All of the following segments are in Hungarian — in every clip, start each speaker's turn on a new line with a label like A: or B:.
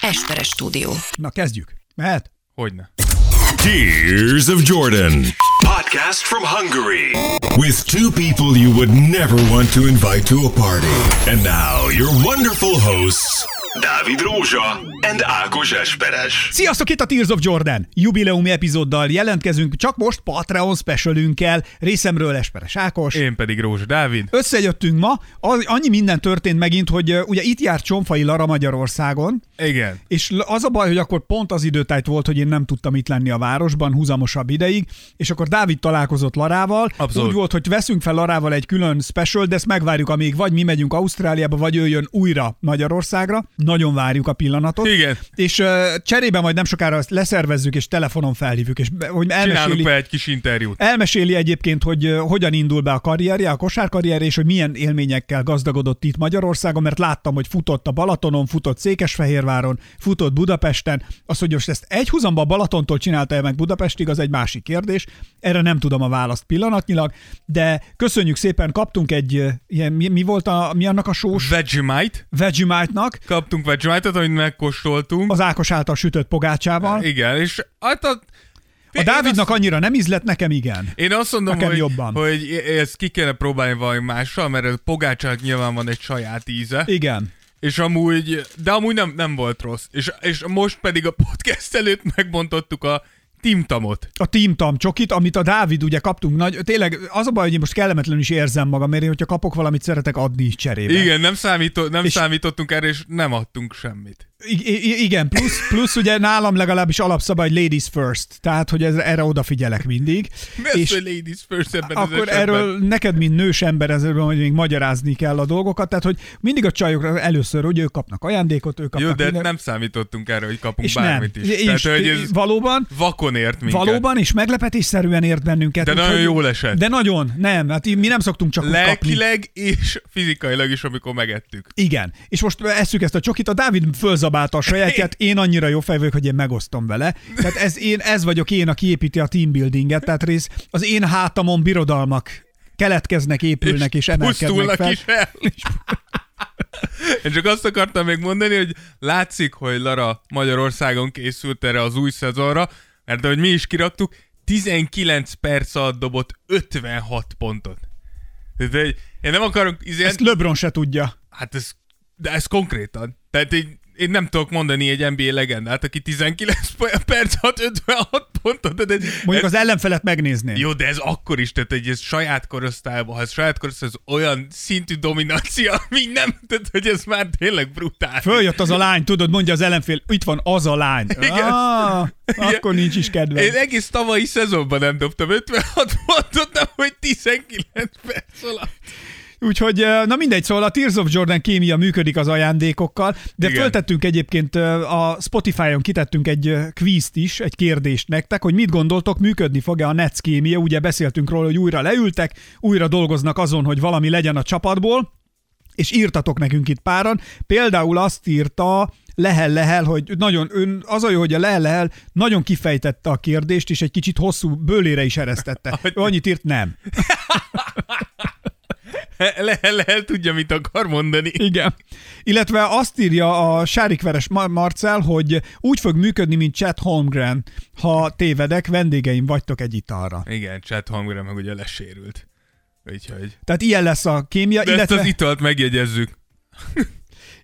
A: Esperes stúdió.
B: Na kezdjük. Mehet?
C: Hogyne.
D: Tears of Jordan
E: Podcast from Hungary.
D: with two people you would never want to invite to a party. And now, your wonderful hosts,
E: Dávid Rózsa and Ákos Esperes.
B: Sziasztok, itt a Tears of Jordan. Jubileumi epizóddal jelentkezünk, csak most Patreon specialünkkel, részemről Esperes Ákos.
C: Én pedig Rózsa Dávid.
B: Összejöttünk ma, az, annyi minden történt megint, hogy ö, ugye itt járt Csonfai Lara Magyarországon,
C: Igen.
B: és l- az a baj, hogy akkor pont az időtájt volt, hogy én nem tudtam itt lenni a városban húzamosabb ideig, és akkor Dávid találkozott Larával.
C: Abszolút.
B: Úgy volt, hogy veszünk fel Larával egy külön special, de ezt megvárjuk, amíg vagy mi megyünk Ausztráliába, vagy ő jön újra Magyarországra. Nagyon várjuk a pillanatot.
C: Igen.
B: És ö, cserébe majd nem sokára ezt leszervezzük, és telefonon felhívjuk, és be- hogy
C: Csinálunk
B: elmeséli,
C: fel egy kis interjút.
B: Elmeséli egyébként, hogy ö, hogyan indul be a karrierje, a kosárkarrierje, és hogy milyen élményekkel gazdagodott itt Magyarországon, mert láttam, hogy futott a Balatonon, futott Székesfehérváron, futott Budapesten. Az, hogy most ezt egy húzamba a Balatontól csinálta el meg Budapestig, az egy másik kérdés. Erre nem tudom a választ pillanatnyilag, de köszönjük szépen, kaptunk egy, ö, ilyen, mi, mi volt a, mi annak a sós
C: Vegemite.
B: Vegemite-nak,
C: Kaptunk Vegemite-ot, amit megkóstoltunk.
B: az Ákos által sütött pogácsával.
C: Igen, és hát a...
B: A Dávidnak annyira nem ízlett, nekem igen.
C: Én azt mondom,
B: Nekem
C: hogy,
B: jobban.
C: hogy e- ezt ki kéne próbálni valami mással, mert a pogácsák nyilván van egy saját íze,
B: Igen.
C: és amúgy, de amúgy nem, nem volt rossz. És, és most pedig a podcast előtt megbontottuk a timtamot.
B: a Team Tam csokit, amit a Dávid ugye kaptunk. Nagy, tényleg az a baj, hogy én most kellemetlenül is érzem magam, mert én, hogyha kapok valamit, szeretek adni is cserébe.
C: Igen, nem, számító, nem
B: És-
C: számítottunk erre, és nem adtunk semmit.
B: I- i- igen, plusz, plusz ugye nálam legalábbis alapszabály hogy ladies first, tehát hogy ez, erre odafigyelek mindig.
C: Mi az, hogy ladies first ebben az
B: akkor
C: esetben?
B: erről neked, mint nős ember, ezzel hogy még magyarázni kell a dolgokat, tehát hogy mindig a csajokra először, hogy ők kapnak ajándékot, ők kapnak
C: Jó, de
B: mindent,
C: nem számítottunk erre, hogy kapunk
B: és
C: bármit
B: nem.
C: is.
B: És,
C: Tehát, hogy ez
B: valóban,
C: vakon ért minket.
B: valóban, és meglepetésszerűen ért bennünket.
C: De nagyon jól esett.
B: De nagyon, nem, hát í- mi nem szoktunk csak úgy kapni.
C: Lelkileg és fizikailag is, amikor megettük.
B: Igen. És most eszük ezt a csokit, a Dávid fölzabálta a sajátját, én annyira jó fej vagyok, hogy én megosztom vele. Tehát ez, én, ez vagyok én, aki építi a teambuildinget, tehát rész az én hátamon birodalmak keletkeznek, épülnek és, emelkednek
C: pusztulnak
B: fel.
C: is el. Én csak azt akartam még mondani, hogy látszik, hogy Lara Magyarországon készült erre az új szezonra, mert ahogy mi is kiraktuk, 19 perc alatt dobott 56 pontot. Tehát, hogy én nem akarok... Izé,
B: Ezt LeBron se tudja.
C: Hát ez, de ez konkrétan. Tehát így, én nem tudok mondani egy NBA legendát, aki 19 p- perc alatt 56 pontot. De ez,
B: Mondjuk
C: ez,
B: az ellenfelet megnézni.
C: jó, de ez akkor is, tehát egy ez saját korosztályban, ha ez saját korosztály, ez olyan szintű dominancia, míg nem, tehát hogy ez már tényleg brutál.
B: Följött az a lány, tudod, mondja az ellenfél, itt van az a lány.
C: Igen.
B: Ah,
C: Igen.
B: akkor nincs is kedve.
C: Én egész tavalyi szezonban nem dobtam 56 pontot, nem, hogy 19 perc alatt.
B: Úgyhogy, eh, na mindegy, szóval a Tears of Jordan kémia működik az ajándékokkal, de Igen.
C: Igen.
B: föltettünk egyébként eh, a Spotify-on kitettünk egy eh, quizt is, egy kérdést nektek, hogy mit gondoltok, működni fog-e a Nets kémia, ugye beszéltünk róla, hogy újra leültek, újra dolgoznak azon, hogy valami legyen a csapatból, és írtatok nekünk itt páran. Például azt írta Lehel Lehel, hogy nagyon ön, az a jó, hogy a Lehel Lehel nagyon kifejtette a kérdést, és egy kicsit hosszú bőlére is eresztette. Ő Annyit írt nem.
C: Lehel, lehel tudja, mit akar mondani.
B: Igen. Illetve azt írja a Sárikveres Mar- Marcel, hogy úgy fog működni, mint Chad Holmgren. Ha tévedek, vendégeim vagytok egy italra.
C: Igen, Chad Holmgren meg ugye lesérült. Úgyhogy.
B: Tehát ilyen lesz a kémia,
C: De ezt
B: illetve...
C: az italt megjegyezzük.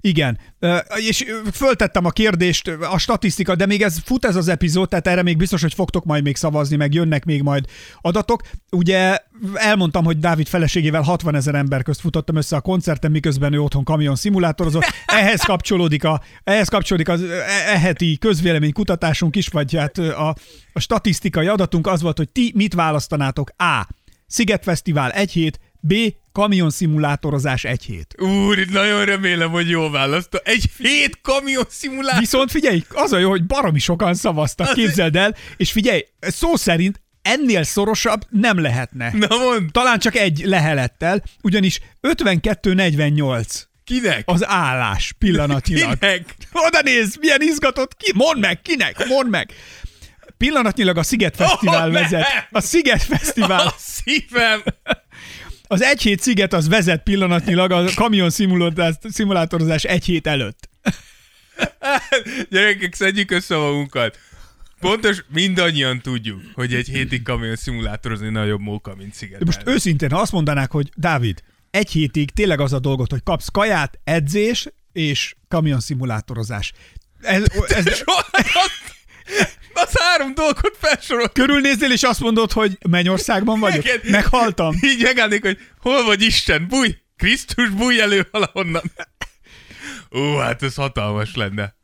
B: Igen. Ö, És ö, föltettem a kérdést, ö, a statisztika, de még ez fut ez az epizód, tehát erre még biztos, hogy fogtok majd még szavazni, meg jönnek még majd adatok. Ugye elmondtam, hogy Dávid feleségével 60 ezer ember közt futottam össze a koncerten, miközben ő otthon kamion szimulátorozott. Ehhez kapcsolódik a, ehhez kapcsolódik az ö, e- eheti közvéleménykutatásunk is, vagy hát ö, a, a statisztikai adatunk az volt, hogy ti mit választanátok? A. Szigetfesztivál egy hét, B. Kamion szimulátorozás egy hét.
C: Úr, itt nagyon remélem, hogy jól választó. Egy hét kamion szimulátor.
B: Viszont figyelj, az a jó, hogy baromi sokan szavaztak, képzeld el, és figyelj, szó szerint ennél szorosabb nem lehetne.
C: Na mondd,
B: Talán csak egy lehelettel, ugyanis 52-48
C: kinek?
B: az állás pillanatilag.
C: Kinek?
B: Oda néz, milyen izgatott ki, mondd meg, kinek, mondd meg. Pillanatnyilag a Sziget Fesztivál
C: Oh, ne!
B: vezet. A Sziget
C: A
B: Fesztivál,
C: szívem!
B: az egy hét Sziget az vezet pillanatnyilag a kamion szimulátozás egy hét előtt.
C: Gyerekek, szedjük össze magunkat. Pontos, mindannyian tudjuk, hogy egy hétig kamion szimulátorozni nagyobb móka, mint
B: De
C: szigetelni.
B: most őszintén, ha azt mondanák, hogy Dávid, egy hétig tényleg az a dolgot, hogy kapsz kaját, edzés és kamionszimulátorozás. Ez, ez,
C: Soha azt, az három dolgot felsorolt.
B: körülnézél, és azt mondod, hogy mennyországban vagyok?
C: Igen.
B: Meghaltam.
C: Így megállnék, hogy hol vagy Isten, búj! Krisztus, búj elő valahonnan. Ó, hát ez hatalmas lenne.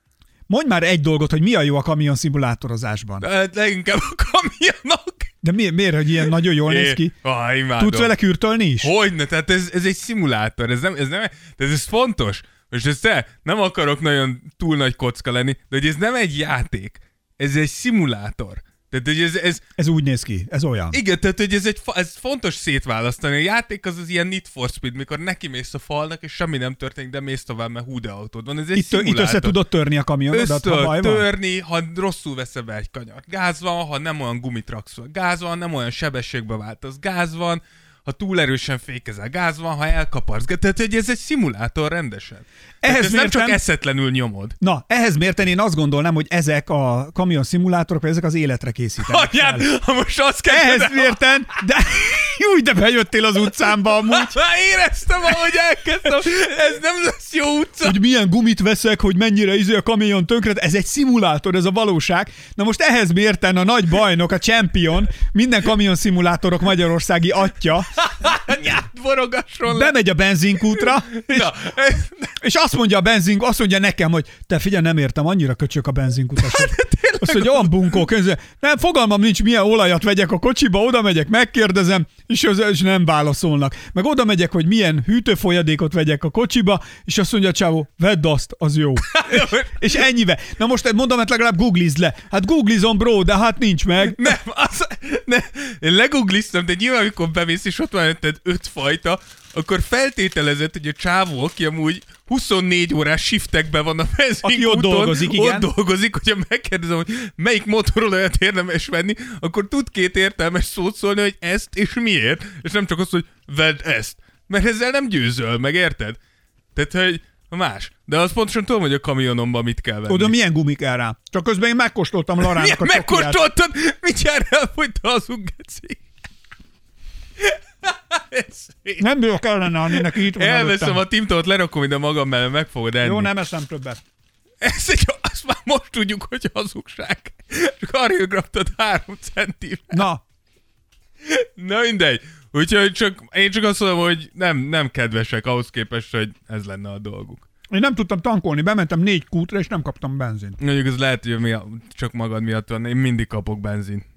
B: Mondj már egy dolgot, hogy mi a jó a kamionszimulátorozásban.
C: De hát leginkább a kamionok.
B: De mi, miért, hogy ilyen nagyon jól néz ki?
C: Ah, imádom.
B: Tudsz vele kürtölni is?
C: Hogyne, tehát ez, ez egy szimulátor, ez nem, ez nem, tehát ez fontos. Most ez te, nem akarok nagyon túl nagy kocka lenni, de hogy ez nem egy játék, ez egy szimulátor. Tehát, hogy ez, ez,
B: Ez úgy néz ki, ez olyan.
C: igen, tehát, hogy ez, egy, fa- ez fontos szétválasztani. A játék az az ilyen Need for Speed, mikor neki mész a falnak, és semmi nem történik, de mész tovább, mert hú de autód van. Ez egy
B: Itt, itt
C: szimulátor.
B: össze tudod törni a kamionodat, ha baj
C: Ösztől
B: van.
C: törni, ha rosszul veszed be egy kanyart. Gáz van, ha nem olyan gumitrax van. Gáz van, nem olyan sebességbe váltasz. Gáz van, ha túl erősen fékezel. Gáz van, ha elkaparsz. Ge- Tehát, hogy ez egy szimulátor rendesen. Tehát
B: Ehhez
C: ezt nem csak
B: mértem-
C: eszetlenül nyomod.
B: Na, ehhez mérten én azt gondolnám, hogy ezek a kamionszimulátorok, vagy ezek az életre készítenek. fel.
C: Anyád, ha most azt kell...
B: Ehhez mérten, de úgy de bejöttél az utcámba amúgy.
C: Már éreztem, ahogy elkezdtem. Ez nem lesz jó utca.
B: hogy milyen gumit veszek, hogy mennyire izé a kamion tönkret, ez egy szimulátor, ez a valóság. Na most ehhez mérten a nagy bajnok, a champion, minden kamion szimulátorok magyarországi atya,
C: Anyád, borogasson le.
B: bemegy a benzinkútra, és,
C: Na, ez,
B: és azt mondja a benzink, azt mondja nekem, hogy te figyelj, nem értem, annyira köcsök a
C: Hát,
B: benzinkutasok. Azt mondja, olyan bunkó, közül. nem, fogalmam nincs, milyen olajat vegyek a kocsiba, oda megyek, megkérdezem, és, az, és nem válaszolnak. Meg oda megyek, hogy milyen hűtőfolyadékot vegyek a kocsiba, és azt mondja a csávó, vedd azt, az jó. És ennyibe. Na most mondom, hát legalább googlizd le. Hát googlizom, bro, de hát nincs meg.
C: Nem, az, ne, én legugliztam, de nyilván, amikor bemész, és ott van előtted öt fajta, akkor feltételezett, hogy a csávó, aki amúgy 24 órás shiftekben van a benzinkúton,
B: Aki ott dolgozik, igen.
C: Ott dolgozik, hogyha megkérdezem, hogy melyik motorolajat érdemes venni, akkor tud két értelmes szót szólni, hogy ezt és miért, és nem csak azt, hogy vedd ezt. Mert ezzel nem győzöl, meg érted? Tehát, hogy más. De azt pontosan tudom, hogy a kamionomban mit kell venni.
B: Oda milyen gumik kell rá? Csak közben én megkóstoltam Larának a
C: Milyen
B: csokiát.
C: megkóstoltad? Mit jár el, hogy te azunk geci? Ez szép.
B: Nem bírok ellene, ami neki itt van
C: Elveszem
B: előttem.
C: a timtót, lerakom ide magam mellé, meg fogod enni.
B: Jó, nem eszem többet.
C: Ez egy, azt már most tudjuk, hogy hazugság. Csak karjograptad három centivel.
B: Na,
C: Na mindegy. Úgyhogy csak, én csak azt mondom, hogy nem, nem kedvesek ahhoz képest, hogy ez lenne a dolguk.
B: én nem tudtam tankolni, bementem négy kútra, és nem kaptam benzint.
C: Mondjuk ez lehet, hogy mi a, csak magad miatt van, én mindig kapok benzin.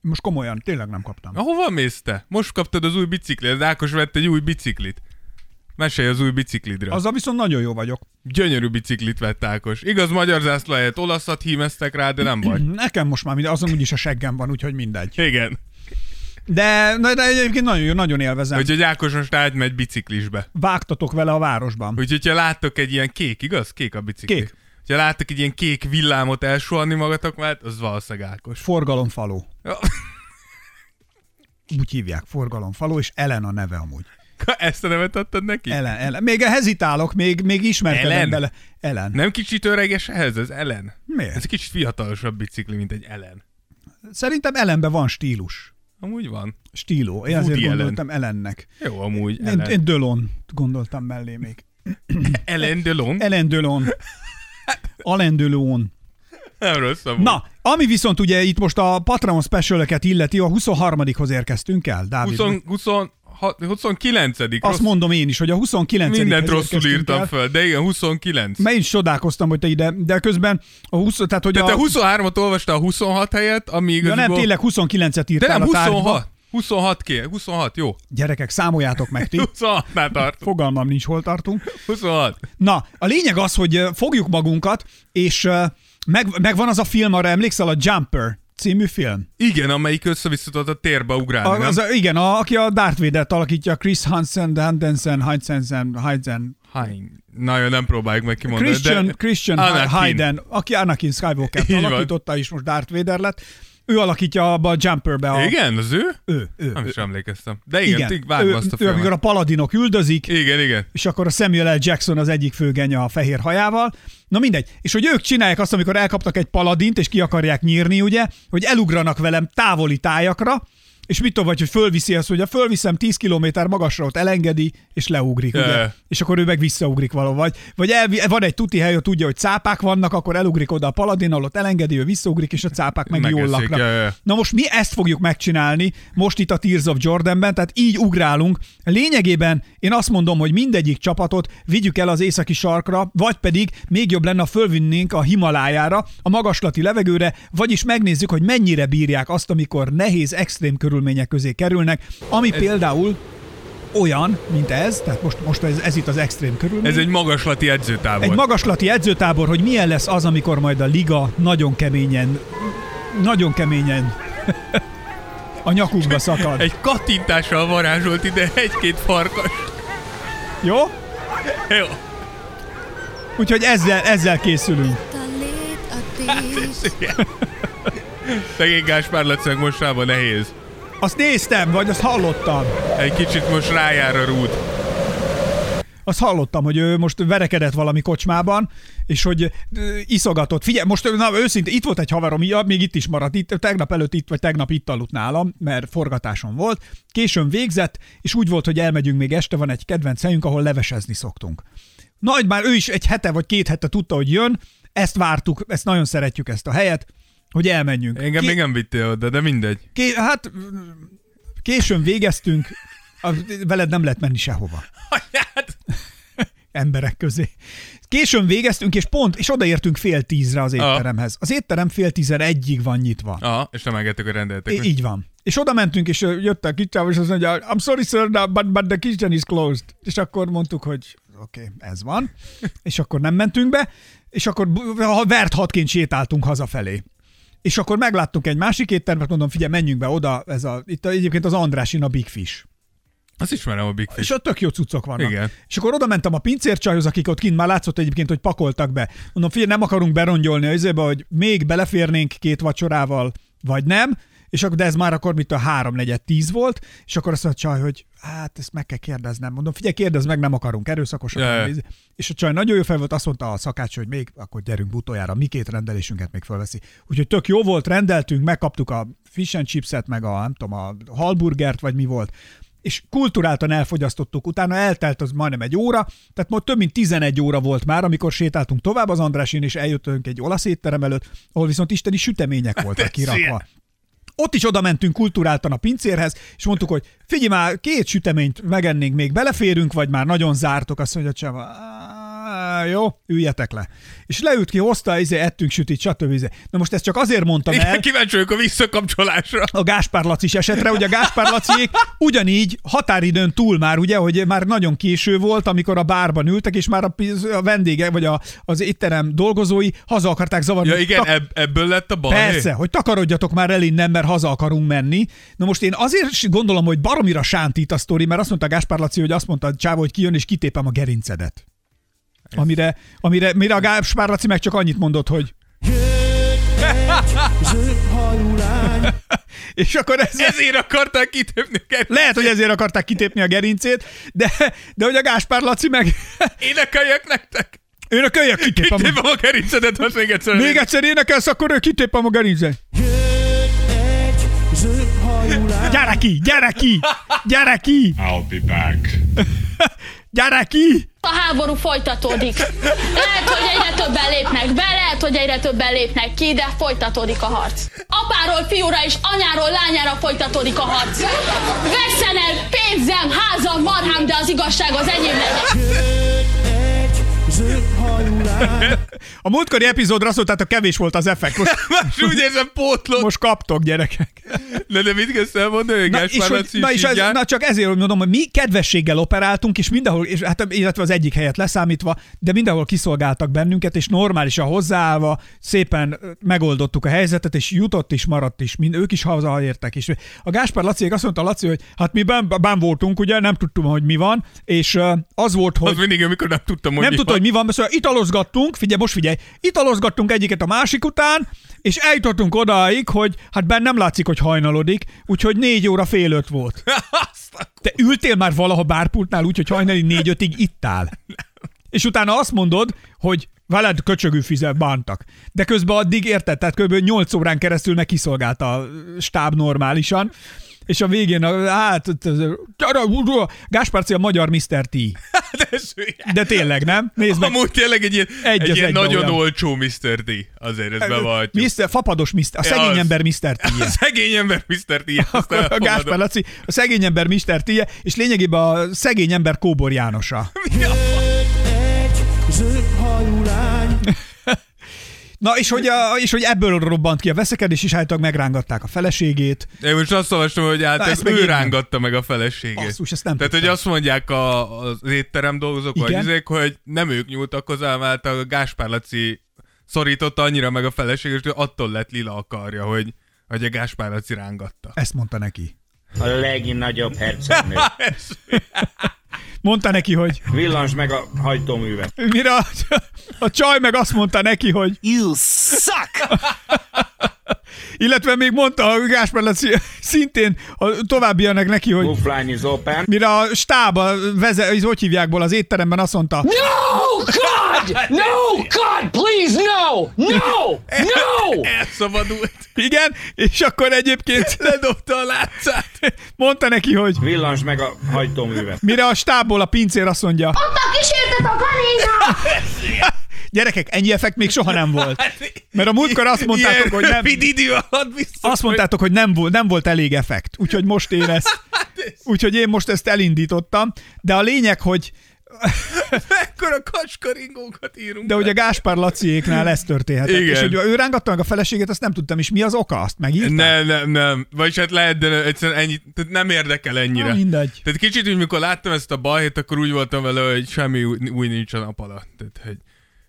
B: Most komolyan, tényleg nem kaptam.
C: Na hova mész te? Most kaptad az új biciklit, az Ákos vett egy új biciklit. Mesélj az új biciklidről. Az...
B: Azzal viszont nagyon jó vagyok.
C: Gyönyörű biciklit vett Ákos. Igaz, magyar zászló helyett olaszat hímeztek rá, de nem baj.
B: Nekem most már minden, azon úgyis a seggem van, úgyhogy mindegy.
C: Igen.
B: De, de, de egyébként nagyon jó, nagyon élvezem. Hogy...
C: Úgyhogy Ákos most átmegy biciklisbe.
B: Vágtatok vele a városban. Hogy...
C: Úgyhogy, ha láttok egy ilyen kék, igaz? Kék a bicikli.
B: Kék.
C: Ha láttok egy ilyen kék villámot elsuhanni magatok mellett, az valószínűleg Ákos.
B: Forgalomfaló.
C: Ja.
B: Úgy hívják, forgalomfaló, és Ellen a neve amúgy.
C: Ezt a nevet adtad neki?
B: Ellen, Ellen. Még hezitálok, még, még ismerkedem
C: Ellen?
B: bele. Ellen.
C: Nem kicsit öreges ehhez, ez Ellen.
B: Miért?
C: Ez egy kicsit fiatalosabb bicikli, mint egy Ellen.
B: Szerintem Ellenben van stílus.
C: Amúgy van.
B: Stíló. Én
C: Woody
B: azért
C: Allen.
B: gondoltam Ellennek.
C: Jó, amúgy.
B: Én,
C: Ellen,
B: én Dölon gondoltam mellé még.
C: Ellen Delon.
B: Ellen Dölon. Ellen Dölon.
C: Nem rossz amúgy.
B: Na, ami viszont ugye itt most a Patreon specialeket illeti, a 23-hoz érkeztünk el, Dávid.
C: 20, 20, 29.
B: Azt
C: rossz,
B: mondom én is, hogy a 29
C: mindent rosszul írtam föl, de igen, 29.
B: Mert én is csodálkoztam, hogy te ide, de közben a 20, tehát hogy
C: Tehát
B: a...
C: te 23-at olvastál a 26 helyett, ami
B: ja,
C: igazából...
B: nem, tényleg 29-et
C: De
B: írtál
C: nem,
B: a tárgyba.
C: 26. 26 kéne, 26, jó.
B: Gyerekek, számoljátok meg ti.
C: 26-nál tartunk.
B: Fogalmam nincs, hol tartunk.
C: 26.
B: Na, a lényeg az, hogy ö, fogjuk magunkat, és ö, meg, megvan az a film, arra emlékszel, a Jumper című film.
C: Igen, amelyik össze-vissza tudott a térbe ugrálni,
B: A,
C: nem?
B: az a, igen, a, aki a Darth Vader-t alakítja, Chris Hansen, Hansen, Hansen, Hansen,
C: Hány? Nagyon nem próbáljuk meg kimondani,
B: Christian,
C: de...
B: Christian
C: Anakin.
B: Hayden, aki Anakin skywalker
C: Így van.
B: alakította is most Darth Vader lett, Ő alakítja abba a jumperbe. A...
C: Igen, az ő?
B: Ő, ő.
C: Nem
B: ő.
C: is emlékeztem. De igen,
B: Igen,
C: igen. vágom
B: ő,
C: azt a
B: ő, amikor
C: filmet.
B: a paladinok üldözik,
C: Igen, igen.
B: és akkor a Samuel L. Jackson az egyik főgenye a fehér hajával. Na mindegy. És hogy ők csinálják azt, amikor elkaptak egy paladint, és ki akarják nyírni, ugye, hogy elugranak velem távoli tájakra, és mit tudom, vagy, hogy fölviszi azt, hogy ha fölviszem 10 km magasra, ott elengedi, és leugrik, ugye?
C: Yeah.
B: És akkor ő meg visszaugrik valahol. Vagy, vagy elvi, van egy tuti hely, ott tudja, hogy cápák vannak, akkor elugrik oda a paladin, ott elengedi, ő visszaugrik, és a cápák meg jól
C: Megeszik,
B: laknak.
C: ja, ja.
B: Na most mi ezt fogjuk megcsinálni most itt a Tears of Jordanben, tehát így ugrálunk. Lényegében én azt mondom, hogy mindegyik csapatot vigyük el az északi sarkra, vagy pedig még jobb lenne, ha fölvinnénk a Himalájára, a magaslati levegőre, vagyis megnézzük, hogy mennyire bírják azt, amikor nehéz, extrém körülmények közé kerülnek, ami ez... például olyan, mint ez, tehát most, most ez, ez itt az extrém körülmény.
C: Ez egy magaslati edzőtábor.
B: Egy magaslati edzőtábor, hogy milyen lesz az, amikor majd a liga nagyon keményen, nagyon keményen a nyakunkba szakad.
C: egy kattintással varázsolt ide egy-két farkas.
B: Jó?
C: Jó.
B: Úgyhogy ezzel, ezzel készülünk.
C: Szegény Gáspár Lacek mostában nehéz.
B: Azt néztem, vagy azt hallottam.
C: Egy kicsit most rájár a rúd.
B: Azt hallottam, hogy ő most verekedett valami kocsmában, és hogy ö, iszogatott. Figyelj, most na, őszinte, itt volt egy haverom, ja, még itt is maradt, itt, tegnap előtt itt, vagy tegnap itt aludt nálam, mert forgatáson volt. Későn végzett, és úgy volt, hogy elmegyünk még este, van egy kedvenc helyünk, ahol levesezni szoktunk. Nagy már ő is egy hete vagy két hete tudta, hogy jön, ezt vártuk, ezt nagyon szeretjük ezt a helyet, hogy elmenjünk.
C: Engem
B: Ki-
C: még nem vittél oda, de mindegy.
B: Ké, hát mm, későn végeztünk, a, veled nem lehet menni sehova. Emberek közé. Későn végeztünk, és pont, és odaértünk fél tízre az étteremhez. Az étterem fél tizenegyig van nyitva.
C: Aha, és nem engedtek a rendeltek.
B: I- így van. És oda mentünk, és ö, jött a kicsávó, és azt mondja, I'm sorry sir, no, but, but the kitchen is closed. És akkor mondtuk, hogy oké, okay, ez van. És akkor nem mentünk be, és akkor bu- ha vert hatként sétáltunk hazafelé. És akkor megláttuk egy másik éttermet, mondom, figyelj, menjünk be oda, ez a, itt a, egyébként az Andrásin a Big Fish.
C: Azt ismerem a Big
B: És
C: Fish.
B: ott tök jó cuccok vannak.
C: Igen.
B: És akkor oda mentem a pincércsajhoz, akik ott kint már látszott egyébként, hogy pakoltak be. Mondom, figyelj, nem akarunk berongyolni a izébe, hogy még beleférnénk két vacsorával, vagy nem. És akkor, de ez már akkor mit a háromnegyed tíz volt, és akkor azt mondta a csaj, hogy hát ezt meg kell kérdeznem. Mondom, figyelj, kérdezz meg, nem akarunk erőszakosak.
C: Ja, ja.
B: Yeah. És a csaj nagyon jó fel volt, azt mondta a szakács, hogy még akkor gyerünk utoljára, mi két rendelésünket még fölveszi. Úgyhogy tök jó volt, rendeltünk, megkaptuk a fish and chipset, meg a, nem tudom, a halburgert, vagy mi volt és kulturáltan elfogyasztottuk. Utána eltelt az majdnem egy óra, tehát most több mint 11 óra volt már, amikor sétáltunk tovább az Andrásin, és eljöttünk egy olasz étterem előtt, ahol viszont isteni sütemények voltak kirakva.
C: szia!
B: Ott is oda mentünk kulturáltan a pincérhez, és mondtuk, hogy figyelj már, két süteményt megennénk még, beleférünk, vagy már nagyon zártok, azt mondja Csaba, "Á, jó, üljetek le. És leült ki, hozta, izé, ettünk sütit, stb. izé. Na most ezt csak azért mondtam el,
C: Igen, kíváncsi vagyok a visszakapcsolásra.
B: a Gáspár Lacis esetre, hogy a Gáspár Laciék ugyanígy határidőn túl már, ugye, hogy már nagyon késő volt, amikor a bárban ültek, és már a, piz- a vendége, vagy a, az étterem dolgozói haza akarták zavarni.
C: Ja
B: hogy
C: igen,
B: tak-
C: ebb- ebből lett a baj.
B: Persze, hogy takarodjatok már el innen, mert haza akarunk menni. Na most én azért is gondolom, hogy baromira sántít a sztori, mert azt mondta Gáspár Laci, hogy azt mondta a csávó, hogy kijön és kitépem a gerincedet. Amire, amire, mire a Gáspár Laci meg csak annyit mondott, hogy és akkor ez,
C: Ezért akarták kitépni őket.
B: Lehet, hogy ezért akarták kitépni a gerincét, de, de hogy a Gáspár Laci meg...
C: Énekeljek nektek.
B: Ő a kölyök kitépem.
C: Kitépem a gerincedet, ha még egyszer.
B: Még egyszer énekelsz, akkor ő kitépem a gerincet. Gyere ki, gyere ki, gyere ki,
D: I'll be back.
B: gyere ki!
A: A háború folytatódik. Lehet, hogy egyre többen lépnek be, lehet, hogy egyre többen lépnek ki, de folytatódik a harc. Apáról fiúra és anyáról lányára folytatódik a harc. Vesszen el pénzem, házam, marhám, de az igazság az enyém legyen.
B: A múltkori epizódra azt mondtátok, kevés volt az effekt. Most,
C: Más úgy érzem pótlott.
B: most kaptok, gyerekek.
C: Na de mit kezdsz elmondani, hogy
B: Na, és
C: Gáspár
B: hogy,
C: Laci
B: na, és ez, na csak ezért mondom, hogy mi kedvességgel operáltunk, és mindenhol, és hát illetve az egyik helyet leszámítva, de mindenhol kiszolgáltak bennünket, és normálisan hozzáállva szépen ö, megoldottuk a helyzetet, és jutott is, maradt is, mind, ők is hazaértek is. A Gáspár Laci azt mondta, Laci, hogy hát mi ben, ben voltunk, ugye, nem tudtuk, hogy mi van, és ö, az volt, hogy
C: Az mindig, amikor nem tudtam, hogy
B: nem tudta,
C: van.
B: hogy mi van, mert szóval italozgat, italozgattunk, figyelj, most figyelj, italozgattunk egyiket a másik után, és eljutottunk odáig, hogy hát benn nem látszik, hogy hajnalodik, úgyhogy négy óra fél öt volt.
C: Azt a...
B: Te ültél már valaha bárpultnál úgy, hogy hajnali négy-ötig itt áll. És utána azt mondod, hogy veled köcsögű fizel bántak. De közben addig érted, tehát kb. 8 órán keresztül meg kiszolgálta a stáb normálisan, és a végén, a, hát, Gáspárci a magyar Mr. T.
C: De süllye.
B: De tényleg, nem? Nézd meg.
C: Amúgy tényleg egy ilyen,
B: Egy
C: egy
B: az
C: ilyen
B: egyben
C: nagyon
B: olyan.
C: olcsó Mr. D. Azért ezt bevallhatjuk.
B: Mr. Fapados Mr. A szegény
C: az.
B: ember Mr.
C: A
B: T.
C: szegény ember Mr. D.
B: Akkor a Gáspár Laci, a szegény ember Mr. T. és lényegében a szegény ember Kóbor Jánosa.
F: egy zöld hajú lány.
B: Na, és hogy, a, és hogy ebből robbant ki a veszekedés, és állítólag megrángatták a feleségét.
C: Én most azt olvastam, hogy hát
B: Na,
C: ez
B: ezt meg
C: ő
B: én nem.
C: rángatta meg a feleségét.
B: Basszus, ezt nem
C: Tehát, hogy
B: tudtam.
C: azt mondják a, az étterem dolgozók, vagy
B: Igen.
C: izék, hogy nem ők nyúltak hozzá, mert a Gáspár Laci szorította annyira meg a feleségét, hogy attól lett lila a karja, hogy, hogy a Gáspár Laci rángatta.
B: Ezt mondta neki.
G: A legnagyobb hercegnő.
B: Mondta neki, hogy
G: Villansd meg a hajtóművet.
B: mire a, a csaj meg azt mondta neki, hogy
F: You suck!
B: illetve még mondta a Gáspár Laci szintén a továbbiaknak neki, hogy
G: Offline is open.
B: mire a stáb, a veze, az hogy hívjákból az étteremben azt mondta,
H: No, God! No, God, please, no! No! No!
C: Elszabadult.
B: igen, és akkor egyébként
C: Ledobta a látszát.
B: mondta neki, hogy
G: Villansd meg a hajtóművet.
B: mire a stábból a pincér azt mondja,
I: Kaptak kísértet a kanéna!
B: gyerekek, ennyi effekt még soha nem volt. Mert a múltkor azt mondtátok,
C: Hát, Ilyen
B: hogy nem,
C: rövid idő alatt biztos,
B: azt mondtátok, hogy nem volt, nem volt elég effekt. Úgyhogy most én ezt,
C: Hát,
B: úgyhogy én most ezt elindítottam, de a lényeg, hogy
C: Ekkora kacskaringókat írunk.
B: de hogy a Gáspár Laciéknál ez történhetett.
C: Igen.
B: És hogy ő rángatta meg a feleségét, azt nem tudtam is. Mi az oka, azt megírta?
C: Nem, nem, nem. Vagyis hát lehet, de egyszerűen ennyi, tehát nem érdekel ennyire.
B: Na, mindegy.
C: Tehát kicsit úgy, mikor láttam ezt a balhét, akkor úgy voltam vele, hogy semmi új, új nincs a nap alatt. Tehát, hogy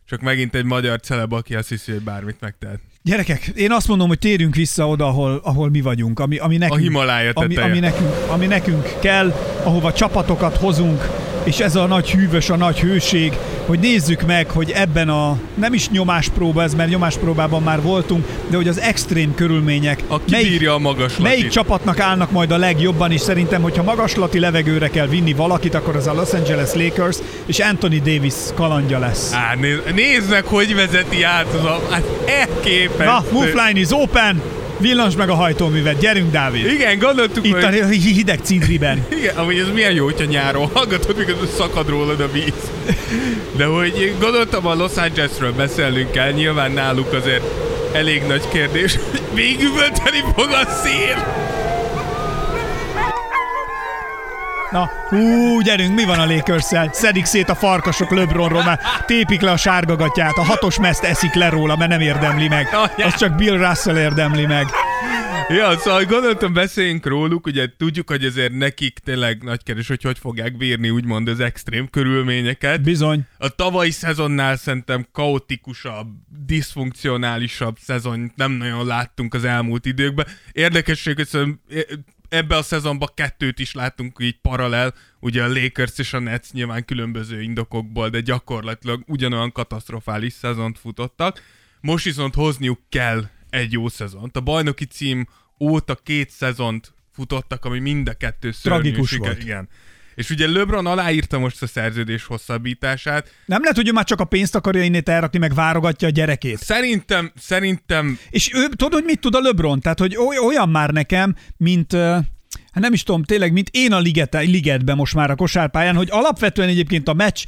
C: csak megint egy magyar celeb, aki azt hiszi, hogy bármit megtehet.
B: Gyerekek, én azt mondom, hogy térjünk vissza oda, ahol, ahol mi vagyunk, ami, ami nekünk,
C: Himalája
B: ami,
C: teteje.
B: ami, nekünk, ami nekünk kell, ahova csapatokat hozunk, és ez a nagy hűvös, a nagy hőség, hogy nézzük meg, hogy ebben a, nem is nyomáspróba ez, mert nyomáspróbában már voltunk, de hogy az extrém körülmények,
C: A kibírja a magaslatit.
B: Melyik csapatnak állnak majd a legjobban, és szerintem, hogyha magaslati levegőre kell vinni valakit, akkor az a Los Angeles Lakers és Anthony Davis kalandja lesz.
C: Á, néz, nézd meg, hogy vezeti át az a... Hát elképesztő.
B: Na, move line is open, villansd meg a hajtóművet, gyerünk Dávid!
C: Igen, gondoltuk,
B: Itt
C: hogy...
B: a hideg cindriben.
C: Igen, amúgy ez milyen jó, hogyha nyáron hallgatod, miközben szakad rólad a víz. De hogy gondoltam, a Los Angelesről beszélnünk kell, nyilván náluk azért elég nagy kérdés, hogy végüvölteni fog a szél.
B: Na, hú, gyerünk, mi van a lakers Szedik szét a farkasok LeBronról, már tépik le a sárgagatját, a hatos meszt eszik le róla, mert nem érdemli meg. Az csak Bill Russell érdemli meg.
C: Ja, szóval gondoltam, beszéljünk róluk, ugye tudjuk, hogy azért nekik tényleg nagy kérdés, hogy hogy fogják bírni úgymond az extrém körülményeket.
B: Bizony.
C: A tavalyi szezonnál szerintem kaotikusabb, diszfunkcionálisabb szezon nem nagyon láttunk az elmúlt időkben. Érdekesség, hogy szerintem e- ebbe a szezonban kettőt is láttunk így paralel, ugye a Lakers és a Nets nyilván különböző indokokból, de gyakorlatilag ugyanolyan katasztrofális szezont futottak. Most viszont hozniuk kell egy jó szezont. A bajnoki cím óta két szezont futottak, ami mind a kettő szörnyű
B: Tragikus
C: siker-
B: volt.
C: Igen. És ugye LeBron aláírta most a szerződés hosszabbítását.
B: Nem lehet, hogy ő már csak a pénzt akarja innét elrakni, meg várogatja a gyerekét.
C: Szerintem, szerintem
B: És ő, tudod, hogy mit tud a LeBron? Tehát, hogy oly- olyan már nekem, mint... ö, Hát nem is tudom, tényleg, mint én a ligete, ligetben most már a kosárpályán, hogy alapvetően egyébként a meccs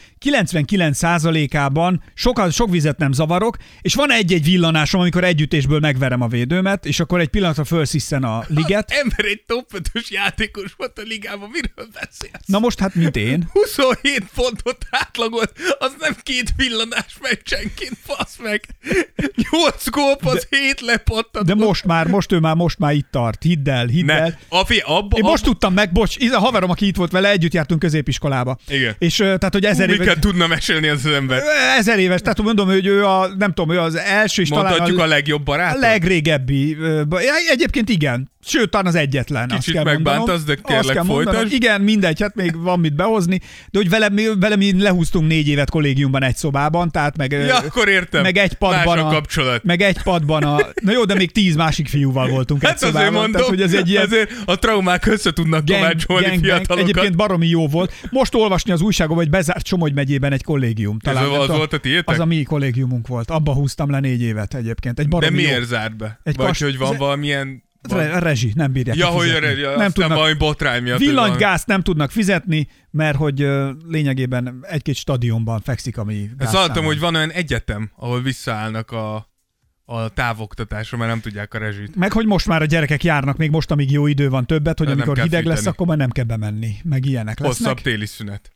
B: 99%-ában sokat, sok vizet nem zavarok, és van egy-egy villanásom, amikor együttésből megverem a védőmet, és akkor egy pillanatra fölsziszen a liget.
C: ember egy top 5 játékos volt a ligában, miről beszélsz?
B: Na most hát, mint én.
C: 27 pontot átlagolt, az nem két villanás meccsenként, fasz meg. 8 gólp, az 7 lepattat.
B: De most már, most ő már, most már itt tart. Hidd el, hidd
C: ne,
B: el.
C: a fi, abba ab,
B: Én most tudtam meg, bocs, íz- a haverom, aki itt volt vele, együtt jártunk középiskolába.
C: Igen.
B: És ö, tehát, hogy ezer éves...
C: Miket tudna mesélni az az ember?
B: Ö, Ezer éves, tehát mondom, hogy ő a, nem tudom, ő az első, és
C: Mondhatjuk a
B: talán
C: legjobb
B: a
C: barátod?
B: legrégebbi. ö, ba- Ja, Egyébként igen. Sőt, talán az egyetlen. azt
C: Kicsit
B: kell
C: megbántasz,
B: mondanom.
C: de
B: Azt
C: kérlek,
B: kell mondanom.
C: folytasd.
B: Igen, mindegy, hát még van mit behozni. De hogy vele, mi- vele mi lehúztunk négy évet kollégiumban egy szobában, tehát meg... ö,
C: Ja, akkor értem.
B: Meg egy padban
C: Más a kapcsolat.
B: Meg egy padban a... Na jó, de még tíz másik fiúval voltunk egy
C: Hát azért
B: szobában.
C: mondom,
B: tehát, hogy ez egy ilyen
C: azért a traumák össze tudnak kovácsolni
B: gangbang.
C: fiatalokat.
B: Egyébként baromi jó volt. Most olvasni az újságban, hogy bezárt Somogy megyében egy kollégium. Talán,
C: Ez
B: nem
C: az
B: tudom.
C: volt a tiétek?
B: Az a mi kollégiumunk volt. Abba húztam le négy évet egyébként. Egy
C: De
B: baromi
C: miért
B: Jó.
C: zárt be?
B: Egy
C: Vagy
B: kas-
C: hogy van
B: ze-
C: valamilyen...
B: Re- Rezsi, nem bírják
C: Ja, hogy
B: kifizetni. nem
C: ja, nem tudnak.
B: tudnak,
C: valami botrány miatt. van.
B: villanygázt nem tudnak fizetni, mert hogy ö, lényegében egy-két stadionban fekszik a mi
C: Ezt
B: gázszámunk.
C: hallottam, hogy van olyan egyetem, ahol visszaállnak a, a távoktatásra, mert nem tudják a rezsit.
B: Meg hogy most már a gyerekek járnak, még most, amíg jó idő van többet, hogy
C: Nem
B: amikor
C: kell
B: hideg lesz,
C: fűteni.
B: akkor már nem kell bemenni. Meg ilyenek lesznek.
C: Hosszabb téli szünet.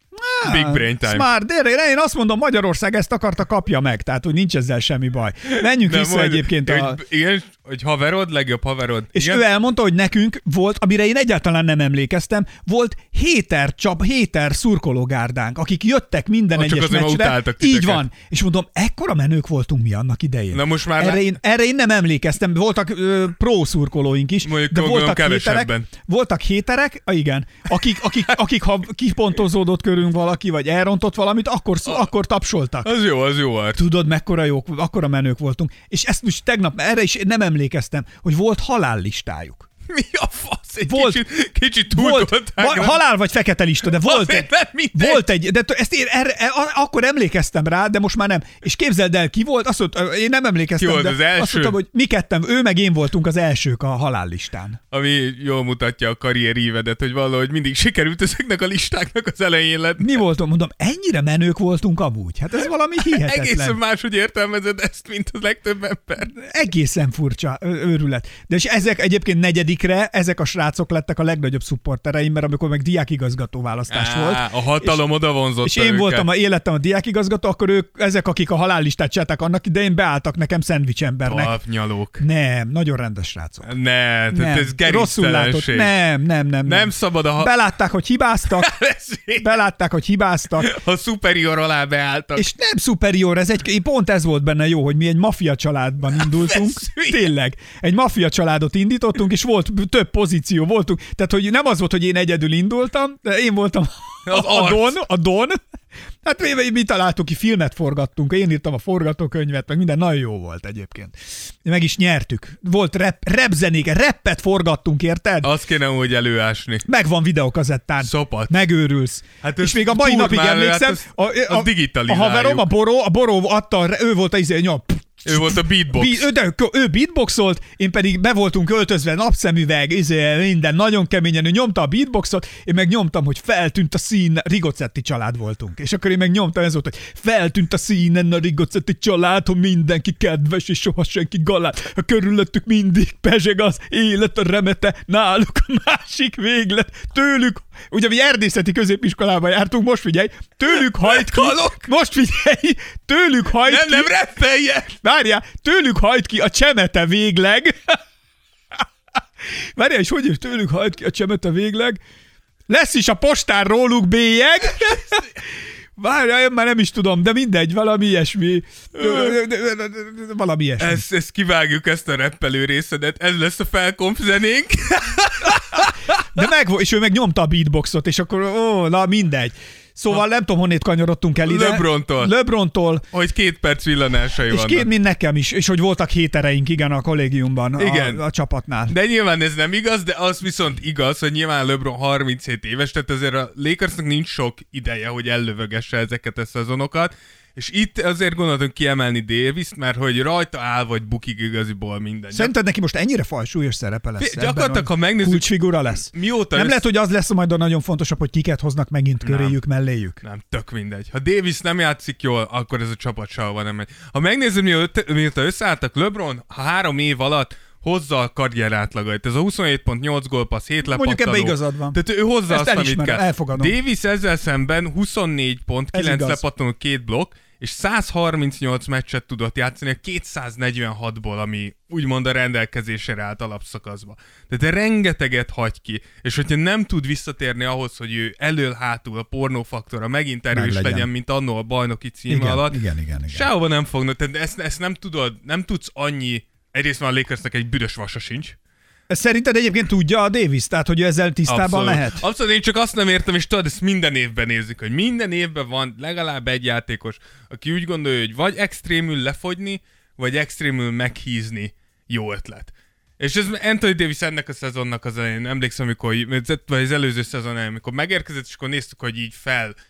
C: Big brain time.
B: Ah, Smart, de én- én azt mondom, Magyarország ezt akarta, kapja meg, tehát hogy nincs ezzel semmi baj. Menjünk
C: De
B: vissza
C: mondj,
B: egyébként a...
C: Hogy, igen, hogy haverod, legjobb haverod.
B: És
C: igen?
B: ő elmondta, hogy nekünk volt, amire én egyáltalán nem emlékeztem, volt héter csap, héter szurkológárdánk, akik jöttek minden
C: Ha, csak
B: egyes
C: azért már
B: meccsre.
C: utáltak titeket.
B: Így van. És mondom, ekkora menők voltunk mi annak idején.
C: Na most már
B: erre,
C: lá-
B: én, erre én nem emlékeztem. Voltak ö, pro szurkolóink is,
C: Mondjuk
B: de
C: gondolom
B: voltak héterek,
C: kevesebben.
B: voltak héterek, ah, igen, akik, akik, akik ha kipontozódott körünk valaki, vagy elrontott valamit, akkor, szó- akkor tapsoltak.
C: Az jó, az jó art.
B: Tudod, mekkora jók, akkora menők voltunk. És ezt most tegnap, erre is nem emlékeztem, hogy volt halállistájuk.
C: Mi a fasz? Egy
B: Volt-
C: kicsit, kicsit
B: Volt,
C: túltolták.
B: va-
C: nem?
B: halál vagy fekete lista, de volt
C: Azért
B: egy,
C: nem mindegy.
B: volt egy, de t- ezt én erre, e- a- akkor emlékeztem rá, de most már nem. És képzeld el, ki volt, azt mondta, én nem emlékeztem,
C: Ki volt
B: de
C: az első?
B: azt mondtam, hogy mi kettem, ő meg én voltunk az elsők a halállistán.
C: Ami jól mutatja a karrierívedet, hogy valahogy mindig sikerült ezeknek a listáknak az elején lett.
B: Mi voltunk, mondom, ennyire menők voltunk amúgy. Hát ez valami hihetetlen.
C: Egészen máshogy értelmezed ezt, mint a legtöbb ember.
B: egészen furcsa ö- őrület. De és ezek egyébként negyedikre, ezek a srácok lettek a legnagyobb szupportereim, mert amikor meg diákigazgató választás
C: Á,
B: volt.
C: a hatalom oda vonzott.
B: És én voltam, a élettem a diákigazgató, akkor ők, ezek, akik a halállistát csinálták annak idején, beálltak nekem szendvicsembernek.
C: Papnyalók.
B: Nem, nagyon rendes srácok.
C: Ne, Ah. tehát ez
B: rosszul látott.
C: gerinctelenség.
B: Nem, nem, nem, nem.
C: Nem szabad a... Ha...
B: Belátták, hogy hibáztak, belátták, hogy hibáztak,
C: a superior alá beálltak.
B: és nem szuperior, ez egy, pont ez volt benne jó, hogy mi egy maffia családban indultunk.
C: Feszülj!
B: Tényleg. Egy maffia családot indítottunk, és volt b- több pozíció, voltunk. Tehát, hogy nem az volt, hogy én egyedül indultam, de én voltam
C: Az
B: a, a
C: arc.
B: Don, a Don. Hát mi, mi találtuk ki, filmet forgattunk, én írtam a forgatókönyvet, meg minden nagyon jó volt egyébként. Meg is nyertük. Volt rep, rep zenéke, reppet forgattunk, érted? A...
C: Azt kéne úgy előásni.
B: Megvan videokazettán.
C: Szopat.
B: Megőrülsz.
C: Hát
B: Hát
C: ez
B: és még a mai
C: durván,
B: napig
C: hát
B: emlékszem,
C: ezt- azt
B: a
C: digitalizáljuk.
B: haverom, a Boró, a Boró adta, ő volt a izé, nyom,
C: Ő volt a beatbox.
B: Bi- ő, de, kö- ő beatboxolt, én pedig be voltunk öltözve, napszemüveg, izé, minden, nagyon keményen, ő nyomta a beatboxot, én meg nyomtam, hogy feltűnt a szín, Rigocetti család voltunk. És akkor én meg nyomtam, ez volt, hogy feltűnt a színen a Rigocetti család, hogy mindenki kedves, és soha senki galát. A körülöttük mindig pezseg az élet a remete, náluk a másik véglet, tőlük Ugye mi erdészeti középiskolába jártunk, most figyelj, tőlük hajt ki, most figyelj, tőlük hajt
C: Nem,
B: ki,
C: nem rappelje!
B: Várjál, tőlük hajt ki a csemete végleg. Várjál, és hogy is tőlük hajt ki a csemete végleg? Lesz is a postán róluk bélyeg. Várjál, én már nem is tudom, de mindegy, valami ilyesmi. Valami ilyesmi.
C: Ezt, ezt kivágjuk, ezt a rappelő részedet. Ez lesz a felkomp zenénk.
B: De meg, és ő meg nyomta a beatboxot, és akkor, ó, na mindegy. Szóval nem tudom, honnét kanyarodtunk el ide.
C: Lebrontól.
B: Lebrontól.
C: Hogy két perc villanásai
B: És
C: vannak.
B: két, mint nekem is, és hogy voltak hétereink, igen, a kollégiumban,
C: Igen.
B: A, a csapatnál.
C: De nyilván ez nem igaz, de az viszont igaz, hogy nyilván LeBron 37 éves, tehát azért a Lakersnek nincs sok ideje, hogy ellövögesse ezeket a szezonokat, és itt azért gondoltunk kiemelni davis mert hogy rajta áll vagy bukik igaziból minden.
B: Szerinted neki most ennyire fajsúlyos szerepe lesz?
C: Fi- gyakorlatilag,
B: ebben, hogy
C: ha megnézzük-
B: Kulcsfigura lesz.
C: Mióta
B: Nem
C: össz-
B: lehet, hogy az lesz majd a nagyon fontosabb, hogy kiket hoznak megint köréjük, melléjük.
C: Nem, tök mindegy. Ha Davis nem játszik jól, akkor ez a csapat sehova nem megy. Ha megnézed, mióta- mióta összeálltak, LeBron három év alatt hozza a karrier átlagait. Ez a 27.8 gólpassz, 7 lepattanó.
B: Mondjuk ebbe igazad van.
C: Tehát ő hozza
B: Ezt
C: azt, amit
B: elismerem,
C: kell.
B: elfogadom.
C: Davis ezzel szemben
B: Ez
C: 24.9
B: igaz.
C: lepattanó, két blokk, és és 138 meccset tudott játszani a 246-ból, ami úgymond a rendelkezésére állt alapszakaszba. Tehát rengeteget hagy ki, és hogyha nem tud visszatérni ahhoz, hogy ő elől-hátul a pornófaktora megint erős legyen.
B: Meglegyen.
C: legyen, mint annó a bajnoki címe
B: Igen,
C: alatt,
B: igen, igen, igen.
C: sehova nem fognak, tehát ezt, ezt nem tudod, nem tudsz annyi, egyrészt van a Lakersnek egy büdös vasa sincs,
B: Szerinted egyébként tudja a Davis, tehát hogy ő ezzel tisztában
C: Abszolút.
B: lehet?
C: Abszolút, én csak azt nem értem, és tudod, ezt minden évben nézzük, hogy minden évben van legalább egy játékos, aki úgy gondolja, hogy vagy extrémül lefogyni, vagy extrémül meghízni jó ötlet. És ez Anthony Davis ennek a szezonnak az elején, emlékszem, amikor, vagy az előző szezon elején, amikor megérkezett, és akkor néztük, hogy így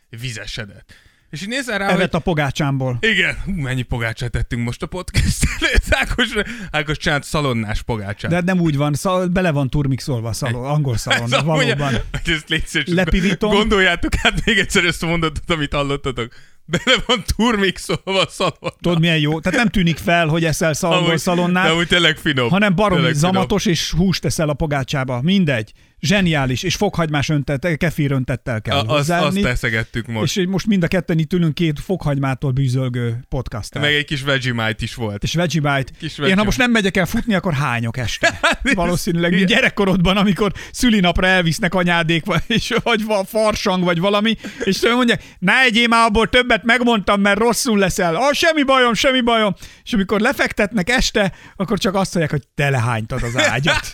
C: felvizesedett. És így nézel rá, hogy...
B: Evet a pogácsámból.
C: Igen, hú, mennyi pogácsát tettünk most a podcast előtt. Ákos, Ákos csinált szalonnás pogácsát.
B: De nem úgy van, szal, bele van turmixolva a szalon, angol
C: Ez
B: szalon,
C: amúgy-
B: valóban.
C: hogy ezt légy szíves,
B: Lepirítom.
C: Gondoljátok át még egyszer ezt a mondatot, amit hallottatok. Bele van turmixolva a szalonna.
B: Tudod milyen jó? Tehát nem tűnik fel, hogy eszel szal, angol
C: Amúgy- De
B: szalonnál,
C: úgy tényleg finom.
B: hanem baromi
C: Tényleg finom.
B: zamatos és húst teszel a pogácsába. Mindegy. Zseniális. És fokhagymás öntet, kefír öntettel kell
C: A- Azt, azt
B: hozzáadni.
C: teszegettük most.
B: És így most mind a ketten itt ülünk két fokhagymától bűzölgő podcast
C: Meg egy kis Vegemite is volt.
B: és Vegemite. Én
C: Kis
B: ha
C: Vegemite.
B: most nem megyek el futni, akkor hányok este. Valószínűleg
C: Igen.
B: mint gyerekkorodban, amikor szülinapra elvisznek anyádék, vagy, és, vagy va- farsang, vagy valami, és ő mondja, ne egyél már abból többet, megmondtam, mert rosszul leszel. Ah, semmi bajom, semmi bajom. És amikor lefektetnek este, akkor csak azt mondják, hogy telehánytad az ágyat.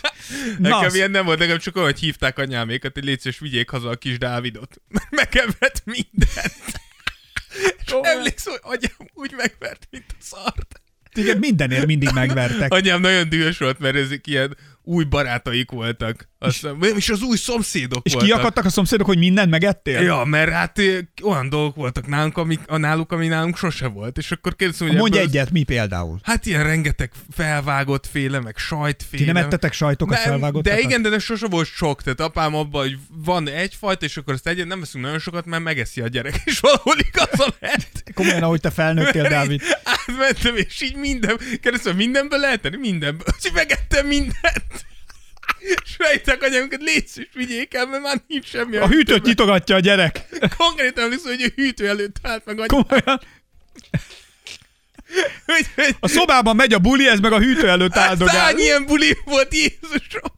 C: Nekem
B: az-
C: ilyen nem volt, nekem csak olyan, hogy hívták anyámékat, hogy légy szíves, vigyék haza a kis Dávidot. Megevett mindent. És emlékszem, hogy anyám úgy megvert, mint a szart.
B: Igen, mindenért mindig megvertek.
C: Anyám nagyon dühös volt, mert ezek ilyen új barátaik voltak. Aztán, és, és az új szomszédok
B: És
C: voltak.
B: kiakadtak a szomszédok, hogy mindent megettél?
C: Ja, mert hát ö, olyan dolgok voltak nálunk, amik, a náluk, ami nálunk sose volt. És akkor kérdeztem, hogy
B: Mondj
C: ebből az-
B: egyet, mi például?
C: Hát ilyen rengeteg felvágott féle, meg sajtféle.
B: Ti nem ettetek sajtokat, felvágott
C: De igen, de nem sose volt sok. Tehát apám abban, hogy van egyfajta, és akkor azt egyet nem veszünk nagyon sokat, mert megeszi a gyerek, és valahol igaza lett.
B: Komolyan, ahogy te felnőttél,
C: Mert
B: Dávid.
C: így Átmentem, és így minden, keresztül mindenből lehet tenni, mindenből. Úgyhogy megettem mindent. És rejtek anyámunkat, légy szíves, vigyék el, mert már nincs semmi.
B: A hűtőt nyitogatja a gyerek.
C: Konkrétan emlékszem, hogy a hűtő előtt állt meg anyám.
B: Komolyan.
C: Hogy, hogy,
B: A szobában megy a buli, ez meg a hűtő előtt
C: Hát
B: áldogál.
C: Hány ilyen buli volt, Jézusom?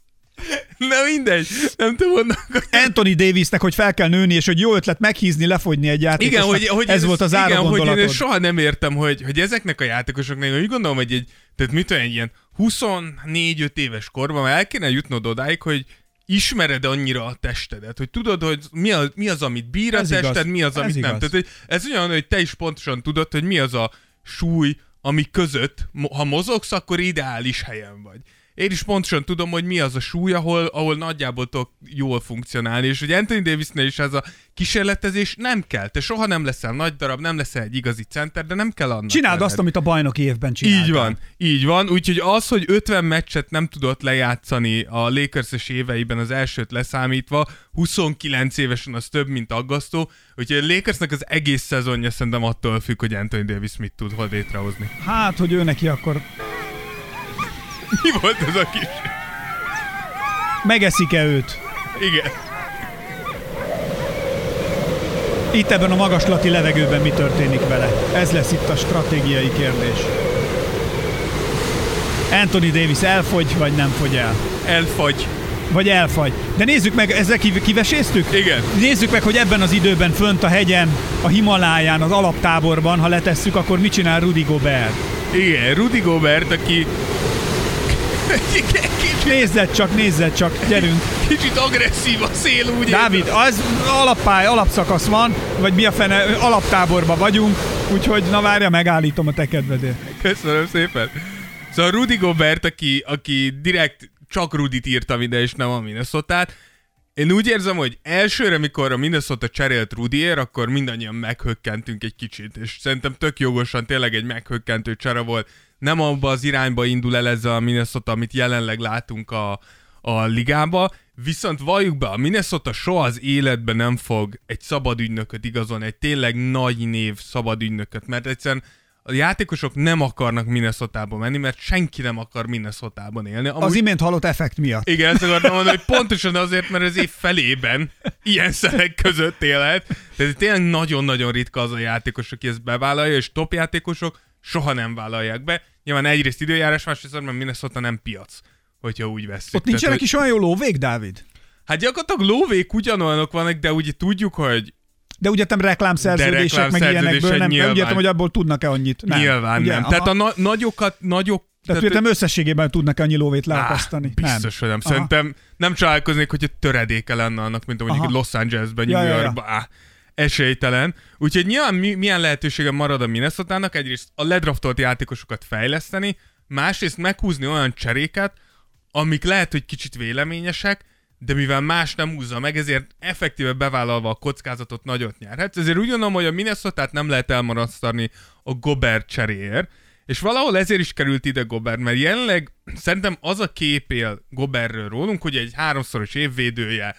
C: Na mindegy, nem tudom onnan.
B: Anthony Davisnek, hogy fel kell nőni, és hogy jó ötlet meghízni, lefogyni egy játékosnak.
C: Igen, hogy, hogy
B: ez volt az
C: igen, hogy én
B: áragondolatot.
C: ezt soha nem értem, hogy, hogy ezeknek a játékosoknak, én úgy gondolom, hogy egy, tehát mit olyan ilyen 24-5 éves korban már el kéne jutnod odáig, hogy ismered annyira a testedet, hogy tudod, hogy mi az, mi az amit bír a
B: Ez igaz.
C: tested, mi az,
B: Ez
C: amit nem.
B: igaz.
C: Tehát, hogy ez olyan, hogy te is pontosan tudod, hogy mi az a súly, ami között, mo- ha mozogsz, akkor ideális helyen vagy. Én is pontosan tudom, hogy mi az a súly, ahol, ahol nagyjából tudok jól funkcionálni, és hogy Anthony Davisnél is ez a kísérletezés nem kell. Te soha nem leszel nagy darab, nem leszel egy igazi center, de nem kell annak.
B: Csináld
C: lenned.
B: azt, amit a bajnoki évben csináltál.
C: Így van, így van. Úgyhogy az, hogy 50 meccset nem tudott lejátszani a lakers éveiben az elsőt leszámítva, 29 évesen az több, mint aggasztó. Úgyhogy a Lakersnek az egész szezonja szerintem attól függ, hogy Anthony Davis mit tud hol létrehozni.
B: Hát, hogy ő neki akkor
C: Mi volt ez a kis?
B: megeszik-e őt?
C: Igen.
B: Itt ebben a magaslati levegőben mi történik vele? Ez lesz itt a stratégiai kérdés. Anthony Davis elfogy, vagy nem fogy el?
C: Elfagy.
B: Vagy elfagy. De nézzük meg, ezzel kiv- kiveséztük?
C: Igen.
B: Nézzük meg, hogy ebben az időben fönt a hegyen, a Himaláján, az alaptáborban, ha letesszük, akkor mit csinál Rudy Gobert?
C: Igen, Rudy Gobert, aki
B: Nézzed csak, nézzed csak, gyerünk.
C: kicsit agresszív a szél, úgy
B: Dávid, az alappály, alapszakasz van, vagy mi a fene, alaptáborban vagyunk, úgyhogy na várja, megállítom a te kedvedért.
C: Köszönöm szépen. Szóval Rudy Gobert, aki, aki direkt csak Rudit írtam ide, és nem a minnesota én úgy érzem, hogy elsőre, mikor a Minnesota cserélt Rudiért, akkor mindannyian meghökkentünk egy kicsit, és szerintem tök jogosan tényleg egy meghökkentő csere volt. Nem abba az irányba indul el ez a Minnesota, amit jelenleg látunk a, a ligába, viszont valljuk be, a Minnesota soha az életben nem fog egy szabad ügynököt igazon, egy tényleg nagy név szabad ügynököt, mert egyszerűen a játékosok nem akarnak Minnesota-ba menni, mert senki nem akar Minnesota-ban élni. Amúgy,
B: Az imént halott effekt miatt.
C: igen, ezt akartam mondani, hogy pontosan azért, mert az év felében ilyen szerek között élhet. Tehát tényleg nagyon-nagyon ritka az a játékos, aki ezt bevállalja, és top játékosok soha nem vállalják be. Nyilván egyrészt időjárás, másrészt, mert Minnesota nem piac, hogyha úgy veszik.
B: Ott nincsenek
C: hogy-
B: is olyan jó lóvék, Dávid?
C: Hát gyakorlatilag lóvék ugyanolyanok vannak, de úgy tudjuk, hogy
B: De úgy értem reklámszerződések,
C: De
B: meg ilyenekből nem,
C: reklámszerződések
B: nem úgy értem,
C: nyilván.
B: hogy abból tudnak-e annyit. Nem.
C: nyilván
B: Ugye?
C: nem.
B: Aha.
C: Tehát a na- nagyokat, nagyok...
B: Tehát úgy értem összességében tudnak annyi lóvét leakasztani.
C: Á, biztos, hogy nem.
B: Aha.
C: Szerintem nem csodálkoznék, hogyha töredéke lenne annak, mint mondjuk
B: Aha.
C: Los Angelesben,
B: Ja,
C: New
B: ja, ja.
C: Yorkban. Á, esélytelen. Úgyhogy nyilván mi, milyen lehetősége marad a minnesota Egyrészt a ledraftolt játékosokat fejleszteni, másrészt meghúzni olyan cseréket, amik lehet, hogy kicsit véleményesek, de mivel más nem húzza meg, ezért effektíve bevállalva a kockázatot nagyot nyerhetsz. Ezért úgy gondolom, hogy a minnesota nem lehet elmarasztani a Gobert cseréért, és valahol ezért is került ide Gobert, mert jelenleg szerintem az a kép él Gobertről rólunk, hogy egy háromszoros évvédője,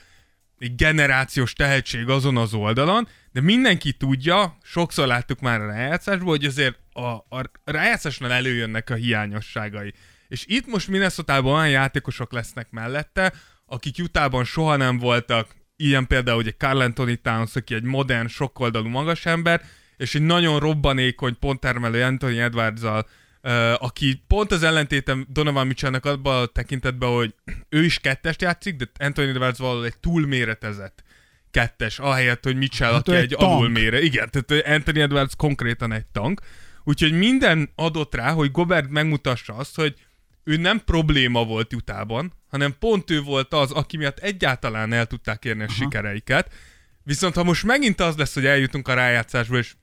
C: egy generációs tehetség azon az oldalon, de mindenki tudja, sokszor láttuk már a rájátszásból, hogy azért a, a rájátszásnál előjönnek a hiányosságai. És itt most minnesota olyan játékosok lesznek mellette, akik jutában soha nem voltak, ilyen például ugye Carl Anthony Towns, aki egy modern, sokoldalú magas ember, és egy nagyon robbanékony ponttermelő Anthony edwards Ö, aki pont az ellentétem Donovan Mitchellnek abban a tekintetben, hogy ő is kettest játszik, de Anthony Edwards valahol egy túlméretezett kettes, ahelyett, hogy Mitchell, hát
B: ő
C: aki
B: egy
C: egy,
B: tank.
C: alulmére. Igen, tehát ö, Anthony Edwards konkrétan egy tank. Úgyhogy minden adott rá, hogy Gobert megmutassa azt, hogy ő nem probléma volt Jutában, hanem pont ő volt az, aki miatt egyáltalán el tudták érni a sikereiket. Viszont ha most megint az lesz, hogy eljutunk a rájátszásba, és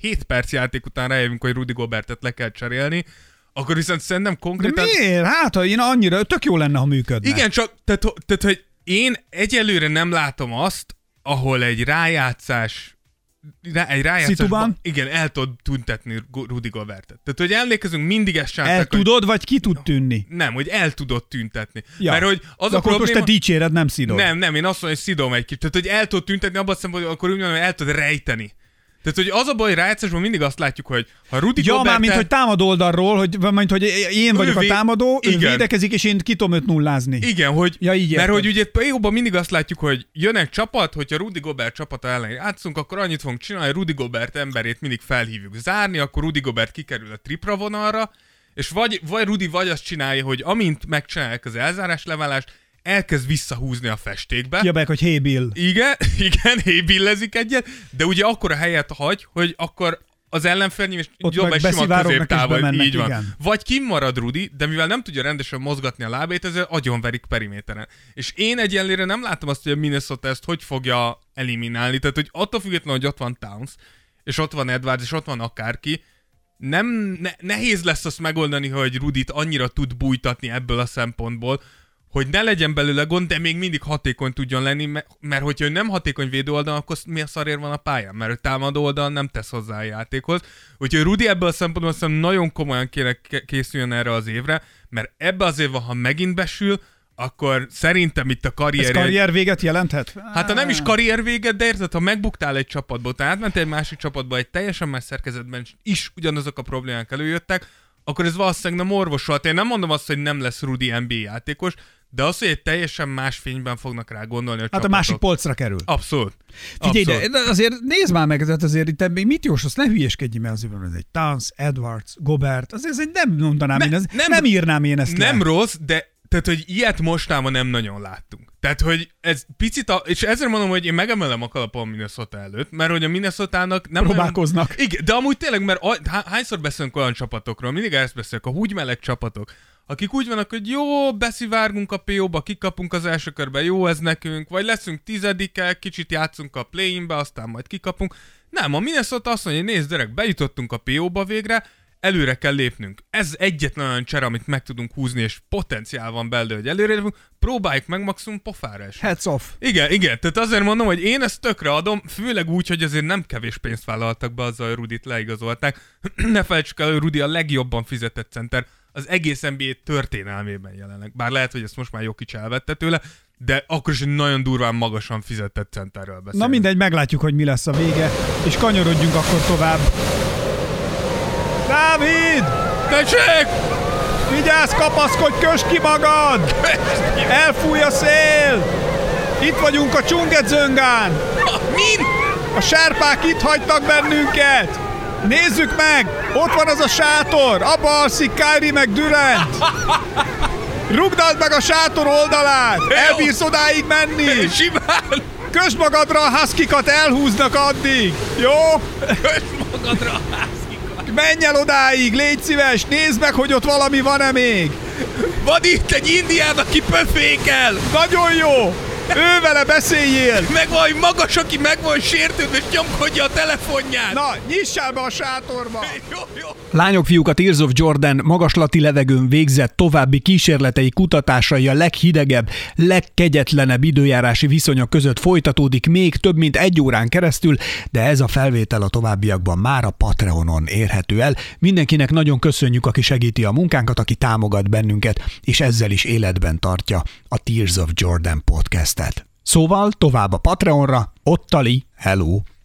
C: 7 perc játék után rájövünk, hogy Rudy Gobertet le kell cserélni, akkor viszont szerintem
B: De
C: konkrétan...
B: miért? Hát, ha én annyira, tök jó lenne, ha működne.
C: Igen, csak, tehát, ho- tehát, hogy én egyelőre nem látom azt, ahol egy rájátszás rá, egy rájátszásban,
B: Szituban?
C: igen, el tud tüntetni Gu- Rudy Gobertet. Tehát, hogy emlékezünk, mindig ezt csinálták,
B: El
C: hogy-
B: tudod, vagy ki tud tűnni?
C: Nem, hogy el tudod tüntetni.
B: Ja.
C: Mert hogy az
B: De
C: a
B: akkor
C: probléma...
B: most te dicséred, nem szidod.
C: Nem, nem, én azt mondom, hogy szidom egy kicsit. Tehát, hogy el tud tüntetni abban a szempontból, hogy akkor úgy mondom, hogy el tud rejteni. Tehát, hogy az a baj, hogy rájátszásban mindig azt látjuk, hogy ha Rudy
B: Ja,
C: Gobert
B: már mint hogy támadó oldalról, hogy, mint hogy én vagyok
C: Ő
B: a
C: vé-
B: támadó, ő
C: Igen.
B: védekezik, és én ki tudom őt nullázni.
C: Igen, hogy,
B: Ja, így
C: mert
B: érted.
C: hogy ugye Péjóban mindig azt látjuk, hogy jön egy csapat, hogyha Rudy Gobert csapata ellen játszunk, akkor annyit fogunk csinálni, hogy Rudy Gobert emberét mindig felhívjuk zárni, akkor Rudy Gobert kikerül a tripla vonalra, és vagy, vagy Rudy vagy azt csinálja, hogy amint megcsinálják az elzárás leválást, elkezd visszahúzni a festékbe.
B: Kiabálják, hogy hey Bill.
C: Igen, igen, hébillezik egyet, de ugye akkor a helyet hagy, hogy akkor az ellenfél nyilván
B: Ott
C: jobb
B: meg
C: egy sima
B: beszivárognak és
C: középtávol,
B: bemennek,
C: így van.
B: igen.
C: Vagy kimarad Rudi, de mivel nem tudja rendesen mozgatni a lábét, ezért agyonverik periméteren. És én egyenlére nem látom azt, hogy a Minnesota ezt hogy fogja eliminálni. Tehát, hogy attól függetlenül, hogy ott van Towns, és ott van Edwards, és ott van akárki, nem ne, nehéz lesz azt megoldani, hogy Rudit annyira tud bújtatni ebből a szempontból, hogy ne legyen belőle gond, de még mindig hatékony tudjon lenni, mert, mert hogyha ő nem hatékony védő oldalon, akkor mi a szarért van a pályán, mert ő támadó oldalon nem tesz hozzá a játékhoz. Úgyhogy Rudi ebből a szempontból szerintem nagyon komolyan kéne ke- készüljön erre az évre, mert ebbe az évben, ha megint besül, akkor szerintem itt a
B: Ez
C: karrierje...
B: karrier véget jelenthet?
C: Hát ha nem
B: Ah.
C: is karrier véget, de érted, ha megbuktál egy csapatba, utána átmentél egy másik csapatba, egy teljesen más szerkezetben is- is ugyanazok a problémák előjöttek, akkor ez valószínűleg nem orvosolt. Én nem mondom azt, hogy nem lesz Rudi NBA játékos, de az, hogy egy teljesen más fényben fognak rá gondolni a
B: Hát a
C: csapatok.
B: másik polcra kerül.
C: Abszolút.
B: Figyelj, de,
C: Abszolút.
B: de azért nézd már meg, tehát azért itt még mit jósolsz, ne hülyeskedjél, mert azért ez egy Towns, Edwards, Gobert, azért ez egy nem mondanám én, ez, nem,
C: nem-
B: nem írnám én ezt
C: nem
B: le.
C: rossz, de tehát, hogy ilyet mostában nem nagyon láttunk. Tehát, hogy ez picit, a, és ezért mondom, hogy én megemelem a kalapom a Minnesota előtt, mert hogy a Minnesota-nak nem
B: Próbálkoznak.
C: Nagyon, igen, de amúgy tényleg, mert a, há- hányszor beszélünk olyan csapatokról, mindig ezt beszélünk, a úgy meleg csapatok, akik úgy vannak, hogy jó, beszivárgunk a PO-ba, kikapunk az első körbe, jó ez nekünk, vagy leszünk tizedikek, kicsit játszunk a play be aztán majd kikapunk. Nem, a Minnesota azt mondja, hogy nézd, gyerek, bejutottunk a PO-ba végre, előre kell lépnünk. Ez egyetlen olyan cser, amit meg tudunk húzni, és potenciál van belőle, hogy előre lépünk. Próbáljuk meg maximum pofára esni.
B: Heads off.
C: Igen, igen, tehát azért mondom, hogy én ezt tökre adom, főleg úgy, hogy azért nem kevés pénzt vállaltak be azzal, hogy Rudit leigazolták. ne felejtsük el, hogy Rudi a legjobban fizetett center az egész NBA történelmében jelenleg. Bár lehet, hogy ezt most már Jokic elvette tőle, de akkor is egy nagyon durván magasan fizetett centerről beszélünk.
B: Na mindegy, meglátjuk, hogy mi lesz a vége, és kanyarodjunk akkor tovább. Dávid!
C: Tessék!
B: Vigyázz, kapaszkodj, kösd ki magad! Elfúj a szél! Itt vagyunk a Csungedzöngán!
C: Min?
B: A sárpák itt hagytak bennünket! Nézzük meg! Ott van az a sátor! Abba alszik Kyrie meg Durant! Rugdald meg a sátor oldalát! Elbírsz odáig menni!
C: Simán!
B: Kösd magadra a huskikat, elhúznak addig! Jó?
C: Kösd magadra a házkikat!
B: Menj el odáig, légy szíves! Nézd meg, hogy ott valami van-e még!
C: Van itt egy indián, aki pöfékel!
B: Nagyon jó! Ő vele beszéljél!
C: Meg van egy magas, aki meg van sértődve, és nyomkodja a telefonját!
B: Na, nyissál be a sátorba!
C: Jó, jó!
B: Lányok, fiúk, a Tears of Jordan magaslati levegőn végzett további kísérletei kutatásai a leghidegebb, legkegyetlenebb időjárási viszonyok között folytatódik még több mint egy órán keresztül, de ez a felvétel a továbbiakban már a Patreonon érhető el. Mindenkinek nagyon köszönjük, aki segíti a munkánkat, aki támogat bennünket, és ezzel is életben tartja a Tears of Jordan podcastet. Szóval tovább a Patreonra, ottali, hello!